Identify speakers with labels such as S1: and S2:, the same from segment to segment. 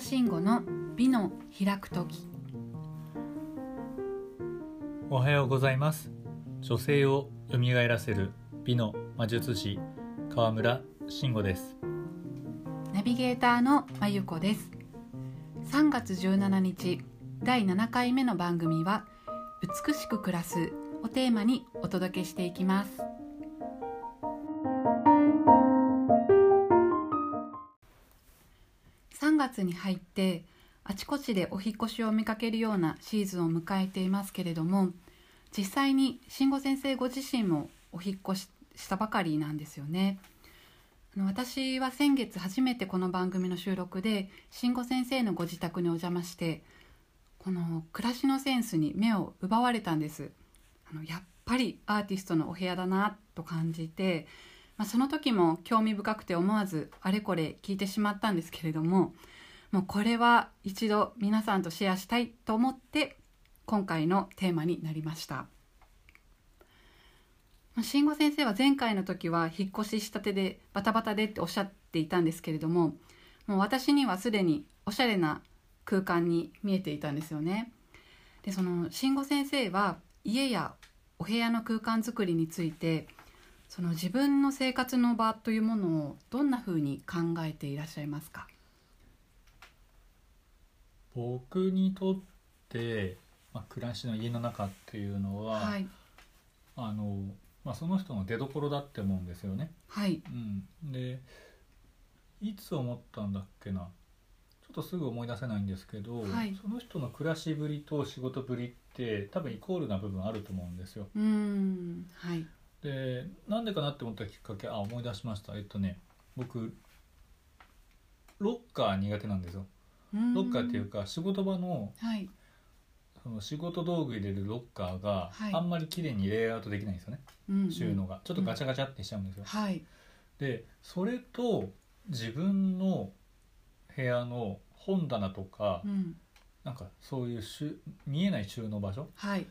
S1: 慎吾の美の開く時
S2: おはようございます女性を蘇らせる美の魔術師川村慎吾です
S1: ナビゲーターのまゆこです3月17日第7回目の番組は美しく暮らすをテーマにお届けしていきます3月に入ってあちこちでお引っ越しを見かけるようなシーズンを迎えていますけれども実際に慎吾先生ご自身もお引っ越ししたばかりなんですよねあの私は先月初めてこの番組の収録で慎吾先生のご自宅にお邪魔してこの暮らしのセンスに目を奪われたんですあのやっぱりアーティストのお部屋だなと感じて、まあ、その時も興味深くて思わずあれこれ聞いてしまったんですけれどももうこれは一度皆さんとシェアしたいと思って今回のテーマになりましたまあ慎吾先生は前回の時は引っ越ししたてでバタバタでっておっしゃっていたんですけれどももう私にはすでにおしゃれな空間に見えていたんですよね。でその慎吾先生は家やお部屋の空間づくりについてその自分の生活の場というものをどんなふうに考えていらっしゃいますか
S2: 僕にとって、まあ、暮らしの家の中っていうのは、
S1: はい
S2: あのまあ、その人の出所だって思うんですよね、
S1: はい
S2: うん、でいつ思ったんだっけなちょっとすぐ思い出せないんですけど、
S1: はい
S2: その人の暮らしぶりと仕事ぶりって多分イコールな部分あると思うんですよ
S1: うーんはい
S2: でなんでかなって思ったきっかけあ思い出しましたえっとね僕ロッカー苦手なんですよ
S1: うーん
S2: ロッカーっていうか仕事場の
S1: はい
S2: その仕事道具入れるロッカーが
S1: はい
S2: あんまり綺麗にレイアウトできないんですよね、
S1: うんうん
S2: 収納がちょっとガチャガチャってしちゃうんですよ、
S1: はい
S2: でそれと自分の部屋の本棚とか、
S1: うん
S2: なんかそういうしゅ見えない収納場所
S1: はい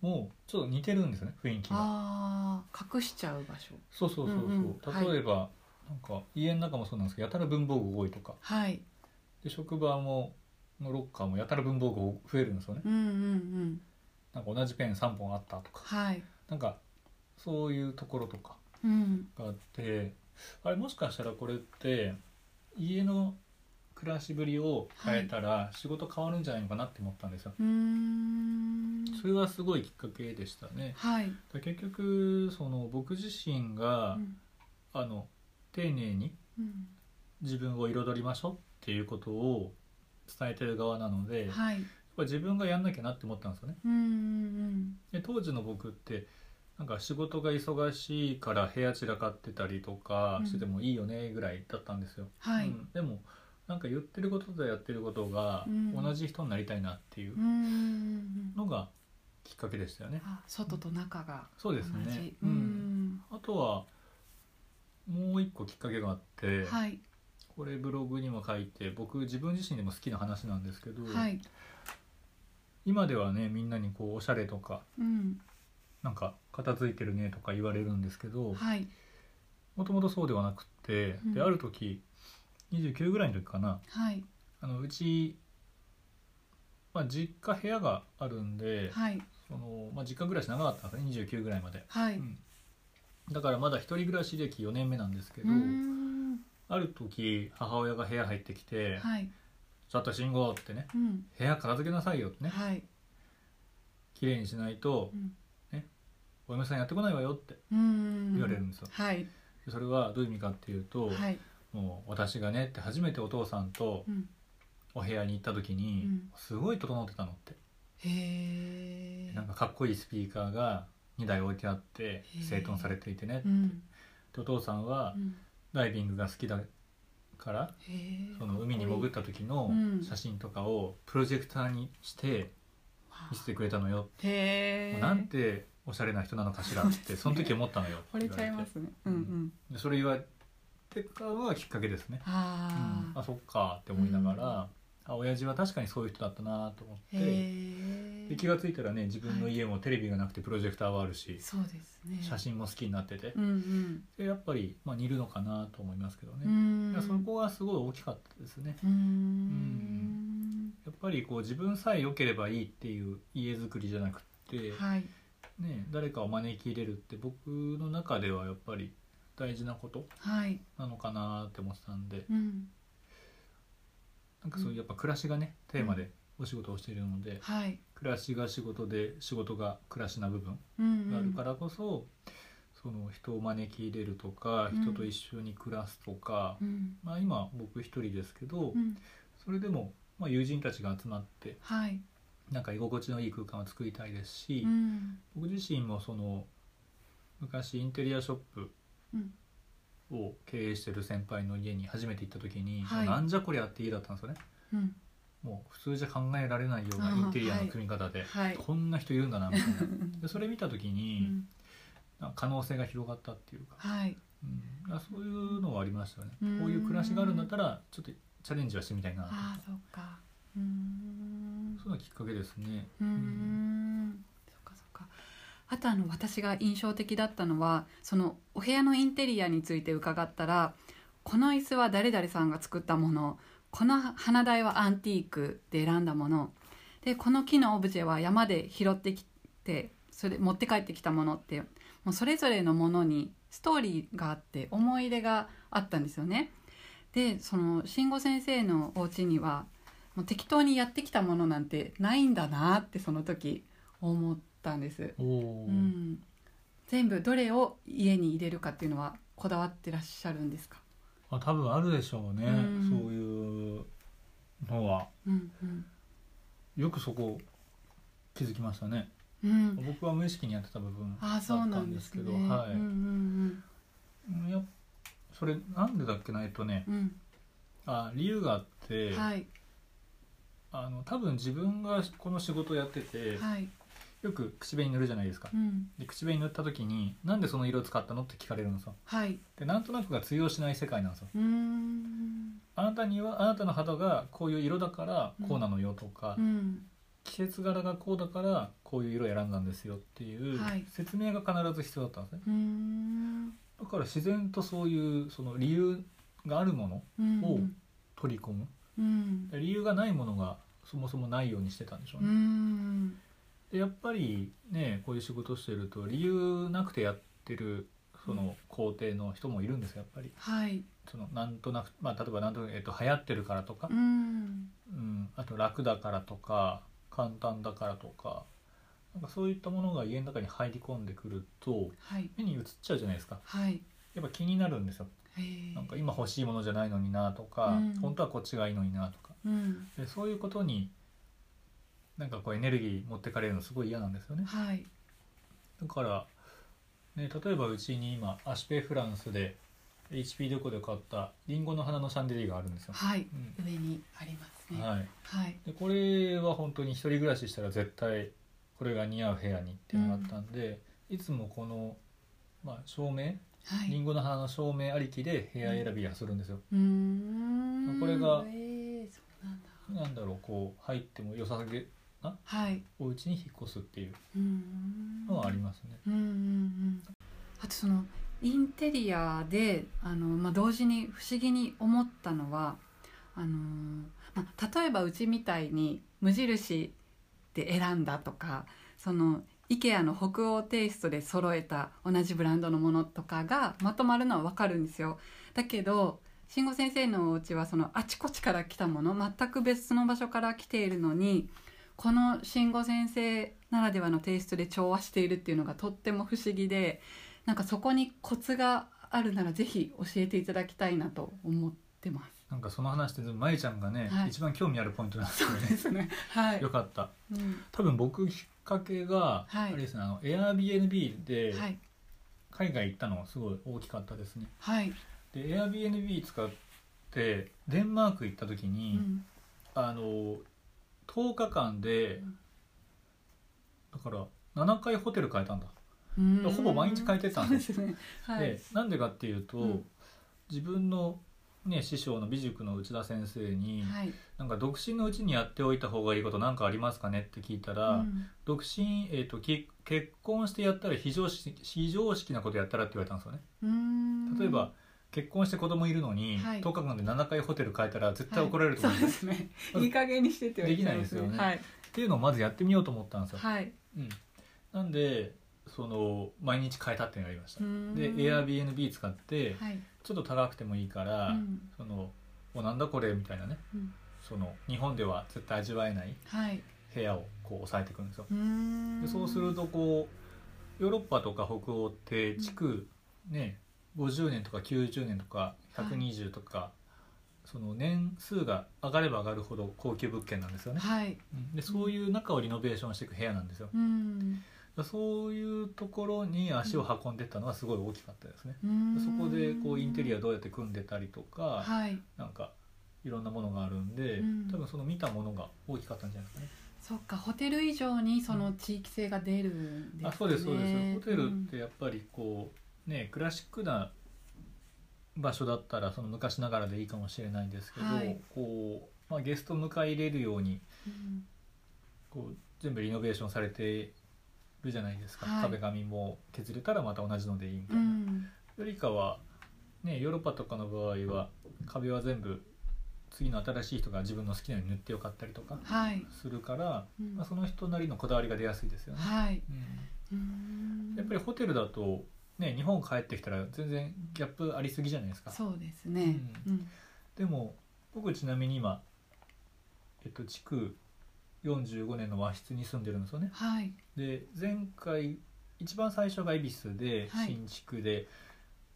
S2: もちょっと似てるんですよね雰囲気が
S1: あー隠しちゃう場所
S2: そうそうそうそう、
S1: うんうん
S2: 例えば、なんか家の中もそうなんですけどやたら文房具多いとか
S1: はい
S2: で職場ものロッカーもやたら文房具増えるんですよね
S1: うんうんうん
S2: なんか同じペン3本あったとか
S1: はい
S2: なんかそういうところとか
S1: うん
S2: があってあれもしかしたらこれって家の暮らしぶりを変えたら仕事変わるんじゃないのかなって思ったんですよ、
S1: うーん
S2: それはすごいきっかけでしたね
S1: はい
S2: だから結局その僕自身が、
S1: うん
S2: あの丁寧に
S1: うん
S2: 自分を彩りましょうっていうことを伝えてる側なので、やっ
S1: はい
S2: ぱ自分がやんなきゃなって思ったんですよね
S1: うんうん
S2: で当時の僕ってなんか仕事が忙しいから部屋散らかってたりとかしててもいいよねぐらいだったんですよ、
S1: はい
S2: うんでもなんか言ってることとやってることが
S1: うん
S2: 同じ人になりたいなっていう
S1: うんうんうん
S2: のがきっかけでしたよね、
S1: あ外と中が
S2: そう
S1: 同
S2: ですね
S1: じ、うん
S2: あとはもう一個きっかけがあって、
S1: はい
S2: これブログにも書いて僕自分自身でも好きな話なんですけど、
S1: はい
S2: 今ではねみんなにこうおしゃれとか
S1: うん
S2: なんか片付いてるねとか言われるんですけど、
S1: はい
S2: もともとそうではなくって、
S1: うん
S2: である時29ぐらいの時かな
S1: はい
S2: あのうち、まあ、実家部屋があるんで、
S1: はい
S2: そのまあ、実家暮らし長かったんですね29ぐらいまで、
S1: はい
S2: うんだからまだ一人暮らし歴4年目なんですけど、
S1: うん
S2: ある時母親が部屋入ってきて
S1: はい
S2: 「ちょっと信号」ってね
S1: うん
S2: 「部屋片付けなさいよ」ってね
S1: はい
S2: 「綺麗にしないと
S1: うん
S2: お嫁さんやってこないわよ」って
S1: うん
S2: 言われるんですよ
S1: はい
S2: でそれはどういう意味かっていうと、
S1: はい
S2: もう私がねって初めてお父さんと
S1: うん
S2: お部屋に行った時に、
S1: うん
S2: すごい整ってたのって
S1: へえ
S2: なんかかっこいいスピーカーが2台置いてあって
S1: ー
S2: 整頓されていてね、
S1: うん
S2: でお父さんは
S1: うん
S2: ダイビングが好きだから
S1: へえ
S2: その海に潜った時の
S1: うん
S2: 写真とかをプロジェクターにして見せてくれたのよ、
S1: へ
S2: も
S1: え
S2: うなんておしゃれな人なのかしら ってその時思ったのよ
S1: 惚れちゃいますねうんうん
S2: でそれ言われてからはきっかけですね、うん
S1: ああ
S2: あそっかって思いながら、あ親父は確かにそういう人だったなと思って、
S1: へ
S2: で
S1: え
S2: 気が付いたらね自分の家もテレビがなくてプロジェクターはあるし、
S1: そうですね
S2: 写真も好きになってて、
S1: うん
S2: でやっぱり、まあ、似るのかなと思いますけど
S1: うんう
S2: ね、
S1: ん
S2: だからそこがすごい大きかったですね
S1: うーん
S2: やっぱりこう自分さえ良ければいいっていう家づくりじゃなくって、
S1: はい
S2: ね、誰かを招き入れるって僕の中ではやっぱり大事なこと
S1: はい
S2: なのかなって思ってたんで
S1: うん
S2: なんかそういうやっぱ暮らしがねテーマでお仕事をしているので、
S1: はい
S2: 暮らしが仕事で仕事が暮らしな部分
S1: うん
S2: があ
S1: う
S2: る
S1: ん
S2: からこそ、その人を招き入れるとか
S1: うん
S2: 人と一緒に暮らすとか、
S1: うん
S2: まあ、今僕一人ですけど、
S1: うん
S2: それでも、まあ、友人たちが集まって
S1: はい
S2: なんか居心地のいい空間を作りたいですし、
S1: うん
S2: 僕自身もその昔インテリアショップ
S1: うん
S2: を経営してる先輩の家に初めて行った時に、
S1: はい
S2: なんじゃこりゃって家だったんですよね
S1: うん
S2: もう普通じゃ考えられないような
S1: あ
S2: イ
S1: ー
S2: ンテリアの組み方で、
S1: はい
S2: こんな人いるんだな みたいなでそれ見た時
S1: う
S2: に、
S1: ん
S2: なんか可能性が広がったっていうか、
S1: はい
S2: うん、あそういうのはありましたよね
S1: うん
S2: こういう暮らしがあるんだったらちょっとチャレンジはしてみたいなと思
S1: あ
S2: っ
S1: あそうかうーん
S2: たそういうのがきっかけですね
S1: うーんそっかそっかあとあの私が印象的だったのはそのお部屋のインテリアについて伺ったらこの椅子は誰々さんが作ったものこの花台はアンティークで選んだものでこの木のオブジェは山で拾ってきてそれ持って帰ってきたものってもうそれぞれのものにストーリーがあって思い出があったんですよね。でその慎吾先生のお家にはもう適当にやってきたものなんてないんだなってその時思ったんです、
S2: おおー、
S1: うん、全部どれを家に入れるかっていうのはこだわってらっしゃるんですか、
S2: あ多分あるでしょうね、
S1: うん
S2: そういうのは
S1: うんうん
S2: よくそこ気づきましたね
S1: うん、
S2: 僕は無意識にやってた部分だ
S1: ああ
S2: った
S1: そうなん
S2: ん
S1: で
S2: ですす
S1: ね
S2: けどは
S1: うんうん
S2: いやそれなんでだっけなえっとね
S1: うん
S2: あ理由があって、
S1: うんはい
S2: あの多分自分がこの仕事をやってて
S1: はい
S2: よく口紅塗るじゃないですか
S1: うん
S2: で口紅塗った時になんでその色を使ったのって聞かれるのさ
S1: はい
S2: でなんとなくが通用しない世界なんですよ
S1: うーん
S2: あなたにはあなたの肌がこういう色だからこうなのよとか、
S1: うん
S2: 季節柄がこうだからこういう色を選んだんですよっていう
S1: はい
S2: 説明が必ず必要だったんですね
S1: うーん
S2: だから自然とそういうその理由があるものを
S1: うん
S2: おう取り込む
S1: うん
S2: 理由がないものがそもそもないようにしてたんでしょう
S1: う
S2: ね、
S1: ん
S2: でやっぱりねこういう仕事してると理由なくてやってるその工程の人もいるんですよやっぱり
S1: はい
S2: そのなんとなく、まあ、例えばなんとなく、えっと、流行ってるからとか
S1: う、ん
S2: うん、あと楽だからとか簡単だからとかなんかそういったものが家の中に入り込んでくると
S1: はい
S2: 目に映っちゃうじゃないですか
S1: はい
S2: やっぱ気になるんですよ
S1: へー
S2: なんか今欲しいものじゃないのになとか、
S1: うん
S2: 本当はこっちがいいのになとか
S1: うん
S2: でそういうことになんかこうエネルギー持ってかれるのすごい嫌なんですよね
S1: はい
S2: だから、ね、例えばうちに今アシュペフランスで HP どこで買ったリンゴの花のシャンデリアがあるんですよ、
S1: はい
S2: うん
S1: 上にありますね
S2: はい、
S1: はい
S2: でこれは本当に一人暮らししたら絶対これが似合う部屋にっていうのがあったんで、いつもこの、まあ、照明
S1: はい
S2: リンゴの花の照明ありきで部屋選びがするんですよ、
S1: うーん
S2: これが
S1: えー、そうなんだ
S2: なんだろうこう入っても良さげ
S1: はいう
S2: お家に引っ越すっていう
S1: ーん
S2: のはありますね、
S1: うんうんうんあとそのインテリアであの、まあ、同時に不思議に思ったのはあのーまあ、例えばうちみたいに無印で選んだとかその IKEA の北欧テイストで揃えた同じブランドのものとかがまとまるのはわかるんですよ。だけど慎吾先生のお家はそのあちこちから来たもの全く別の場所から来ているのにこの慎吾先生ならではのテイストで調和しているっていうのがとっても不思議でなんかそこにコツがあるならぜひ教えていただきたいなと思ってま
S2: なんかその話ってまゆちゃんがね、
S1: はい
S2: 一番興味あるポイントなんです
S1: す。
S2: よ
S1: そう
S2: ね
S1: ですね。 はい。
S2: よかった
S1: うん
S2: 多分僕きっかけが、
S1: はい
S2: あれですねあの Airbnb で
S1: はい
S2: 海外行ったのすごい大きかったですね
S1: はい。
S2: で Airbnb 使ってデンマーク行った時
S1: う
S2: に、
S1: ん
S2: あの10日間で
S1: うん
S2: だから7回ホテル変えたんだ、
S1: うん
S2: ほぼ毎日変えてたん
S1: そう
S2: で
S1: ですね。はい
S2: で。なんでかっていうと、
S1: うん
S2: 自分のね、師匠の美塾の内田先生に、
S1: はい、
S2: なんか独身のうちにやっておいた方がいいことなんかありますかねって聞いたら、
S1: うん
S2: 独身、えー、とき結婚してやったら非常識非常識なことやったらって言われたんですよね
S1: うーん
S2: 例えば、結婚して子供いるのに、
S1: はい
S2: 10日間で7回ホテル変えたら絶対怒られると
S1: は
S2: 思
S1: い、
S2: うん
S1: そう
S2: で、
S1: ですすねいい加減にしてって言われてます
S2: できないですよね
S1: はい、
S2: っていうのをまずやってみようと思ったんですよ、
S1: はい、
S2: うん、なんでその毎日変えたっていうのがありました
S1: うーん
S2: で Airbnb 使って
S1: はい、
S2: ちょっと高くてもいいから、
S1: うん
S2: そのおなんだこれみたいなね
S1: うん
S2: その日本では絶対味わえない
S1: はい、
S2: 部屋をこう抑えていくんですよ
S1: うーん
S2: でそうするとこうヨーロッパとか北欧って築、ね50年とか90年とか120とか、その年数が上がれば上がるほど高級物件なんですよね、
S1: はい、
S2: うんでそういう中をリノベーションしていく部屋なんですよ
S1: うーん
S2: そういうところに足を運んでったのはすごい大きかったですね、
S1: うーん
S2: そこでこうインテリアどうやって組んでたりとか、
S1: はい、
S2: なんかいろんなものがあるんで、
S1: うん
S2: 多分その見たものが大きかったんじゃないですかね。
S1: そっかホテル以上にその地域性が出るんですね
S2: あそうですそうですホテルってやっぱりこうねクラシックな場所だったらその昔ながらでいいかもしれないんですけど、
S1: はい
S2: こうまあ、ゲスト迎え入れるように
S1: うん
S2: こう全部リノベーションされてるじゃないですか、
S1: はい
S2: 壁紙も削れたらまた同じのでいいみた
S1: う
S2: いな。
S1: ん
S2: よりかは、ね、ヨーロッパとかの場合は壁は全部次の新しい人が自分の好きなように塗ってよかったりとか
S1: はい、
S2: するから、
S1: うん
S2: まあ、その人なりのこだわりが出やすいですよね。
S1: はい、
S2: うん
S1: うーん
S2: やっぱりホテルだと、ね、日本帰ってきたら全然ギャップありすぎじゃないですか。
S1: そうですね、うん
S2: でも僕ちなみに今、えっと、築45年の和室に住んでるんですよね。
S1: はい
S2: で前回一番最初が恵比寿で
S1: はい
S2: 新築で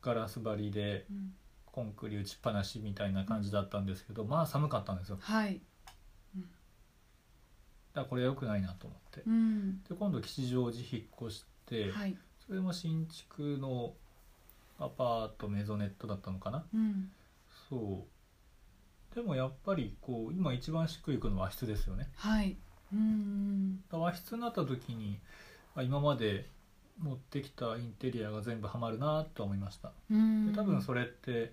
S2: ガラス張りで。
S1: うん
S2: コンクリ打ちっぱなしみたいな感じだったんですけど、まあ寒かったんですよだか
S1: はい、
S2: らこれ良くないなと思って
S1: うん
S2: で今度吉祥寺引っ越して、
S1: はい、
S2: それも新築のアパートメゾネットだったのかな
S1: うん
S2: そうでもやっぱりこう今一番しっくりくるのは和室ですよね
S1: はい、うん
S2: だから和室になった時にあ今まで持ってきたインテリアが全部ハマるなとは思いました
S1: うん
S2: で多分それって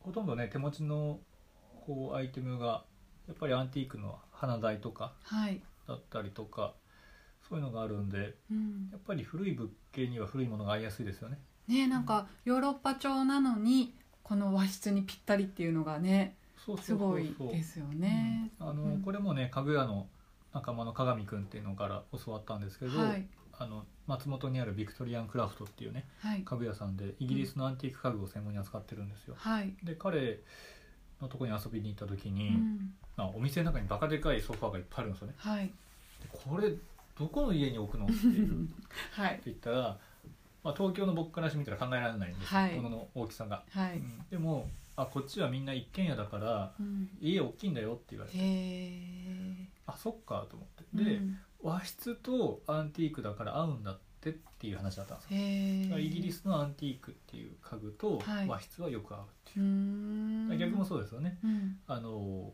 S2: ほとんどね手持ちのこうアイテムがやっぱりアンティークの花台とか
S1: はい、
S2: だったりとかそういうのがあるんで
S1: うん
S2: やっぱり古い物件には古いものが合いやすいですよね
S1: ねなんかヨーロッパ調なのにこの和室にぴったりっていうのがね
S2: そう
S1: す
S2: そうそ
S1: ご
S2: う
S1: い
S2: そう
S1: ですよね。
S2: うんあの、
S1: うん
S2: これもね家具屋の仲間の鏡くんっていうのから教わったんですけど、
S1: はい
S2: あの松本にあるビクトリアンクラフトっていうね
S1: はい
S2: 家具屋さんでイギリスのアンティーク家具を専門に扱ってるんですよ、
S1: はい、
S2: で彼のとこに遊びに行った時
S1: う
S2: に、
S1: ん、
S2: まあ、お店の中にバカでかいソファーがいっぱいあるんですよね
S1: はい、
S2: でこれどこの家に置くのっていう って
S1: はい、
S2: 言ったら、まあ、東京の僕からしてみたら考えられないんですよ、
S1: はい
S2: ものの大きさが、
S1: はい、
S2: うんでもあこっちはみんな一軒家だから
S1: うん、
S2: 家大きいんだよって言われて
S1: へえ。
S2: あそっかと思ってで、
S1: うん
S2: 和室とアンティークだから合うんだってっていう話だったんですよ
S1: へ
S2: だから
S1: え。
S2: イギリ。スのアンティークっていう家具と
S1: はい
S2: 和室はよく合うって
S1: う
S2: い
S1: ー
S2: う、
S1: ん。
S2: 逆もそうですよね
S1: うん。
S2: あの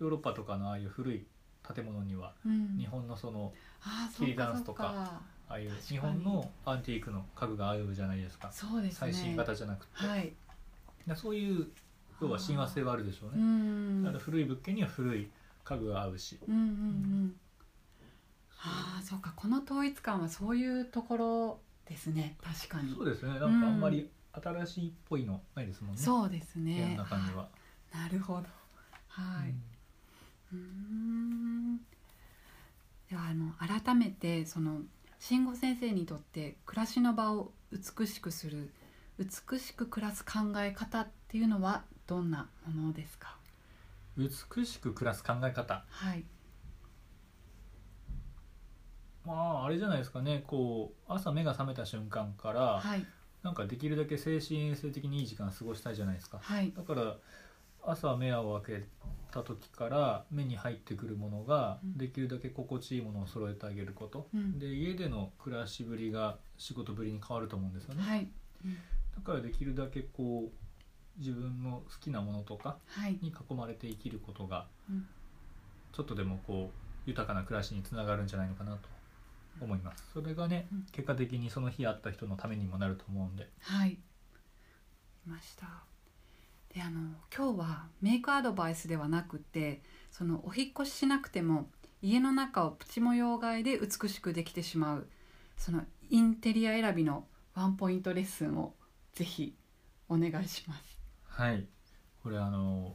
S2: ヨーロッパとかのああいう古い建物には
S1: うん。
S2: 日本のその
S1: あー。
S2: 切りダンスとかああいう日本のアンティークの家具が合うじゃないですか
S1: そうか。そうですね。
S2: 最新型じゃなくて、
S1: はい。
S2: でそういう要は親和性はあるでしょう
S1: う
S2: ね、
S1: ん。
S2: だから古い物件には古い家具が合うし
S1: うんうんうん。ああ、そうか。この統一感はそういうところですね。確かに
S2: そう。ですねなんかあ
S1: うん
S2: んまり新しいっぽいのないですもんね、
S1: そうです
S2: 部屋
S1: ね
S2: の。中には、
S1: あなるほど。はい。うーんではあの改めてその慎吾先生にとって暮らしの場を美しくする美しく暮らす考え方っていうのはどんなものですか
S2: うん美しく暮らす考え方
S1: はい
S2: まああれじゃないですかねこう朝目が覚めた瞬間から、
S1: はい
S2: なんかできるだけ精神衛生的にいい時間過ごしたいじゃないですか
S1: はい
S2: だから朝目を開けた時から目に入ってくるものが
S1: うん
S2: できるだけ心地いいものを揃えてあげること、
S1: うん
S2: で家での暮らしぶりが仕事ぶりに変わると思うんですよね、
S1: はいうん
S2: だからできるだけこう自分の好きなものとか
S1: はい
S2: に囲まれて生きることが
S1: うん
S2: ちょっとでもこう豊かな暮らしにつながるんじゃないのかなと思いますそれがね
S1: うん
S2: 結果的にその日会った人のためにもなると思うんで
S1: はいいましたであの今日はメイクアドバイスではなくてそのお引っ越ししなくても家の中をプチ模様替えで美しくできてしまうそのインテリア選びのワンポイントレッスンをぜひお願いします。
S2: はいこれあの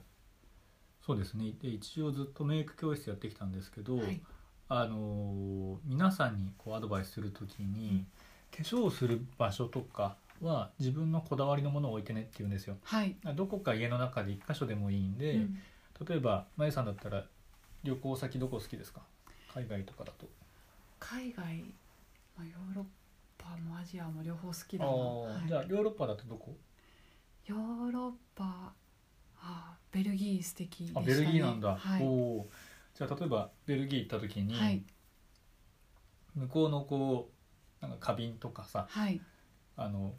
S2: そうですねで一応ずっとメイク教室やってきたんですけど、
S1: はい
S2: あの皆さんにこうアドバイスするときに化粧をする場所とかは自分のこだわりのものを置いてねって言うんですよ
S1: はい、
S2: どこか家の中で一箇所でもいいんで、
S1: うん
S2: 例えばまゆさんだったら旅行先どこ好きですか海外とかだと
S1: 海外、まあ、ヨーロッパもアジアも両方好きだ
S2: あ
S1: な、
S2: ー
S1: はい
S2: じゃあヨーロッパだとどこ
S1: ヨーロッパあーベルギー素敵でした
S2: あ
S1: ね
S2: ベルギーなんだ、
S1: はい
S2: おおじゃあ例えばベルギー行った時に、
S1: はい
S2: 向こうのこうなんか花瓶とかさ
S1: はい
S2: あの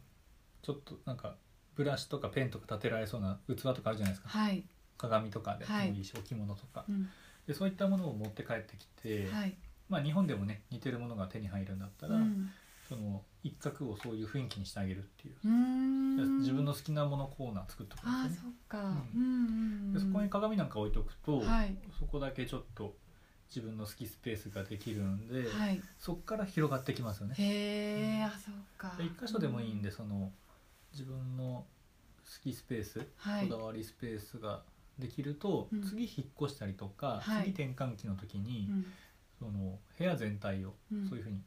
S2: ちょっとなんかブラシとかペンとか立てられそうな器とかあるじゃないですか
S1: はい、
S2: 鏡とかで
S1: はい
S2: もいいし、置物とか
S1: うん
S2: でそういったものを持って帰ってきて、
S1: はい
S2: まあ日本でもね似てるものが手に入るんだった
S1: う
S2: ら、
S1: ん
S2: その一角をそういう雰囲気にしてあげるっていう
S1: うーん
S2: 自分の好きなものコーナー作っとく
S1: あー
S2: んです
S1: そ
S2: ね
S1: っか、う
S2: うん
S1: うんうん、
S2: でそこに鏡なんか置いとくと、
S1: はい
S2: そこだけちょっと自分の好きスペースができるんで、
S1: はい
S2: そこから広がってきますよね
S1: へえ、
S2: うん
S1: あそっか
S2: で一箇所でもいいんでその自分の好きスペース、
S1: はい
S2: こだわりスペースができると、
S1: うん
S2: 次引っ越したりと
S1: は
S2: か、
S1: い
S2: 次転換期の時に、
S1: うん
S2: その部屋全体を
S1: うん
S2: そういうふうに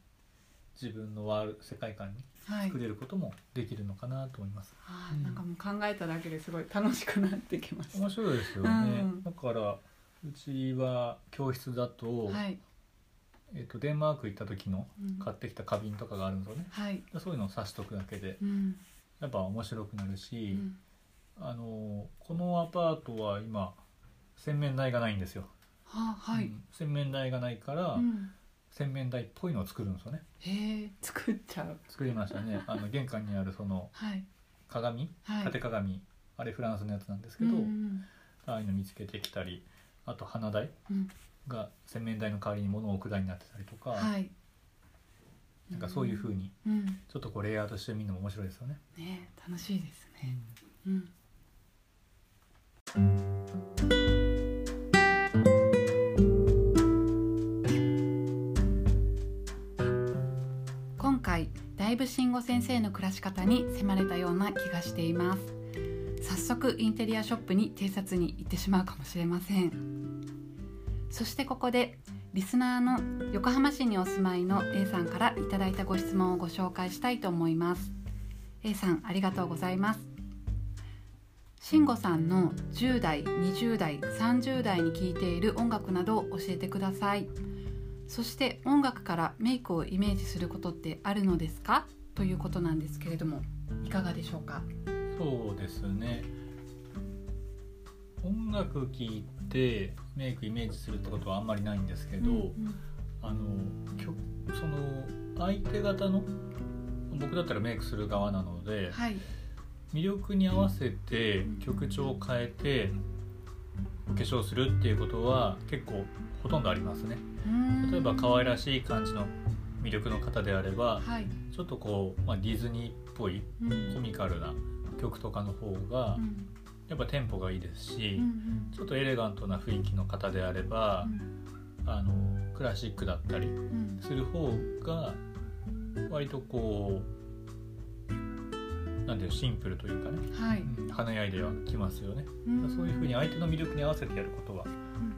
S2: 自分のワール世界観に
S1: はい
S2: 作れることもできるのかなと思います、
S1: あーなんかもう考えただけですごい楽しくなってきました
S2: 面白いですよね、
S1: うん
S2: だからうちは教室だと,、
S1: はい、
S2: えっとデンマーク行った時の
S1: うん
S2: 買ってきた花瓶とかがあるんですよね
S1: はい、
S2: でそういうのを挿しとくだけで
S1: うん
S2: やっぱ面白くなる
S1: う
S2: し、
S1: ん、
S2: あのこのアパートは今洗面台がないんですよ、
S1: ははい、
S2: うん洗面台がないから、
S1: うん
S2: 洗面台っぽいのを作るんですよね
S1: へえ作っちゃう
S2: 作りましたね あの玄関にあるその
S1: はい
S2: 鏡
S1: はい
S2: 縦鏡、あれフランスのやつなんですけど、
S1: うんうん
S2: ああいうの見つけてきたりあと花台
S1: うん
S2: が洗面台の代わりに物を置く台になってたりとか、
S1: はい
S2: なんかそういう風に
S1: うん、うん
S2: ちょっとこうレイアウトしてみるのも面白いですよね。
S1: ねえ楽しいですねうん今回だいぶ慎吾先生の暮らし方に迫れたような気がしています早速インテリアショップに偵察に行ってしまうかもしれませんそしてここでリスナーの横浜市にお住まいの A さんからいただいたご質問をご紹介したいと思います A さんありがとうございます慎吾さんの10代20代30代に聴いている音楽などを教えてくださいそして音楽からメイクをイメージすることってあるのですかということなんですけれどもいかがでしょうか
S2: そうですね音楽聴いてメイクイメージするってことはあんまりないんですけど、
S1: うん
S2: あの曲その相手方の僕だったらメイクする側なので、
S1: はい
S2: 魅力に合わせて曲調を変えてお化粧するっていうことは結構ほとんどありますね。例えば可愛らしい感じの魅力の方であれば
S1: はい、
S2: ちょっとこう、まあ、ディズニーっぽい
S1: うん
S2: コミカルな曲とかの方が
S1: うん
S2: やっぱテンポがいいです
S1: う
S2: し、
S1: ん
S2: ちょっとエレガントな雰囲気の方であれば、あのクラシックだったり
S1: うんうん
S2: する方が割とこうなんていうのシンプルというかね、
S1: はい、
S2: うん、華やいではきますよね、
S1: ん。
S2: そういう風に相手の魅力に合わせてやることは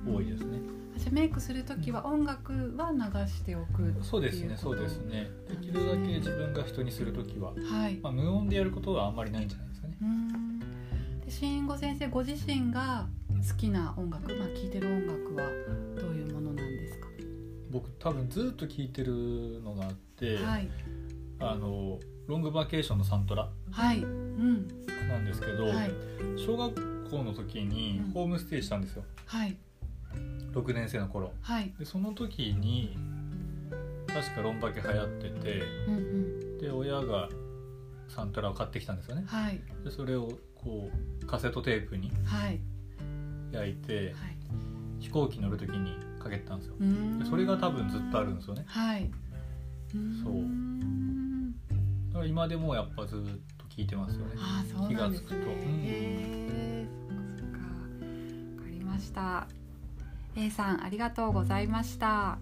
S2: 多いですすね、
S1: あじゃあメイクするときは音楽は流しておくっていこと。
S2: そうですねそうです。ねできるだけ自分が人にする時は、
S1: はい。
S2: まあ、無音でやることはあんまりないんじゃないですかね
S1: うん。で慎吾先生ご自身が好きな音楽、まあ聴いてる音楽はどういうものなんですか。
S2: 僕多分ずっと聴いてるのがあって、
S1: はい
S2: あのロングバケーションのサントラ
S1: はいうん
S2: なんですけど、
S1: はい
S2: 小学校の時に
S1: うん
S2: ホームステイしたんですよ、
S1: はい
S2: 6年生の頃
S1: はい
S2: でその時に確かロンバケ流行って
S1: うんうん
S2: てで親がサントラを買ってきたんですよね
S1: はい
S2: でそれをこうカセットテープに
S1: はい
S2: 焼いて
S1: はい。
S2: 飛行機乗る時にかけてたんですよ
S1: うん
S2: でそれが多分ずっとあるんですよね
S1: はい。
S2: そうんだから今でもやっぱずっと聴いてますよね
S1: ああそうなんですね
S2: 気がつくとうん
S1: へえした。A さんありがとうございました。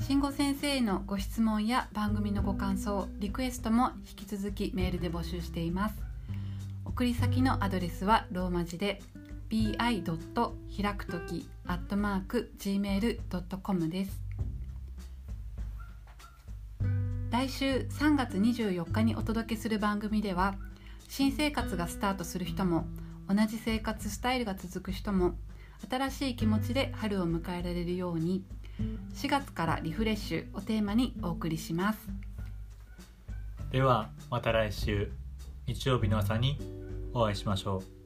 S1: 慎吾先生へのご質問や番組のご感想、リクエストも引き続きメールで募集しています。送り先のアドレスはローマ字で bi. 開くとき gmail.com です。来週3月24日にお届けする番組では新生活がスタートする人も同じ生活スタイルが続く人も新しい気持ちで春を迎えられるように4月からリフレッシュをテーマにお送りします
S2: ではまた来週日曜日の朝にお会いしましょう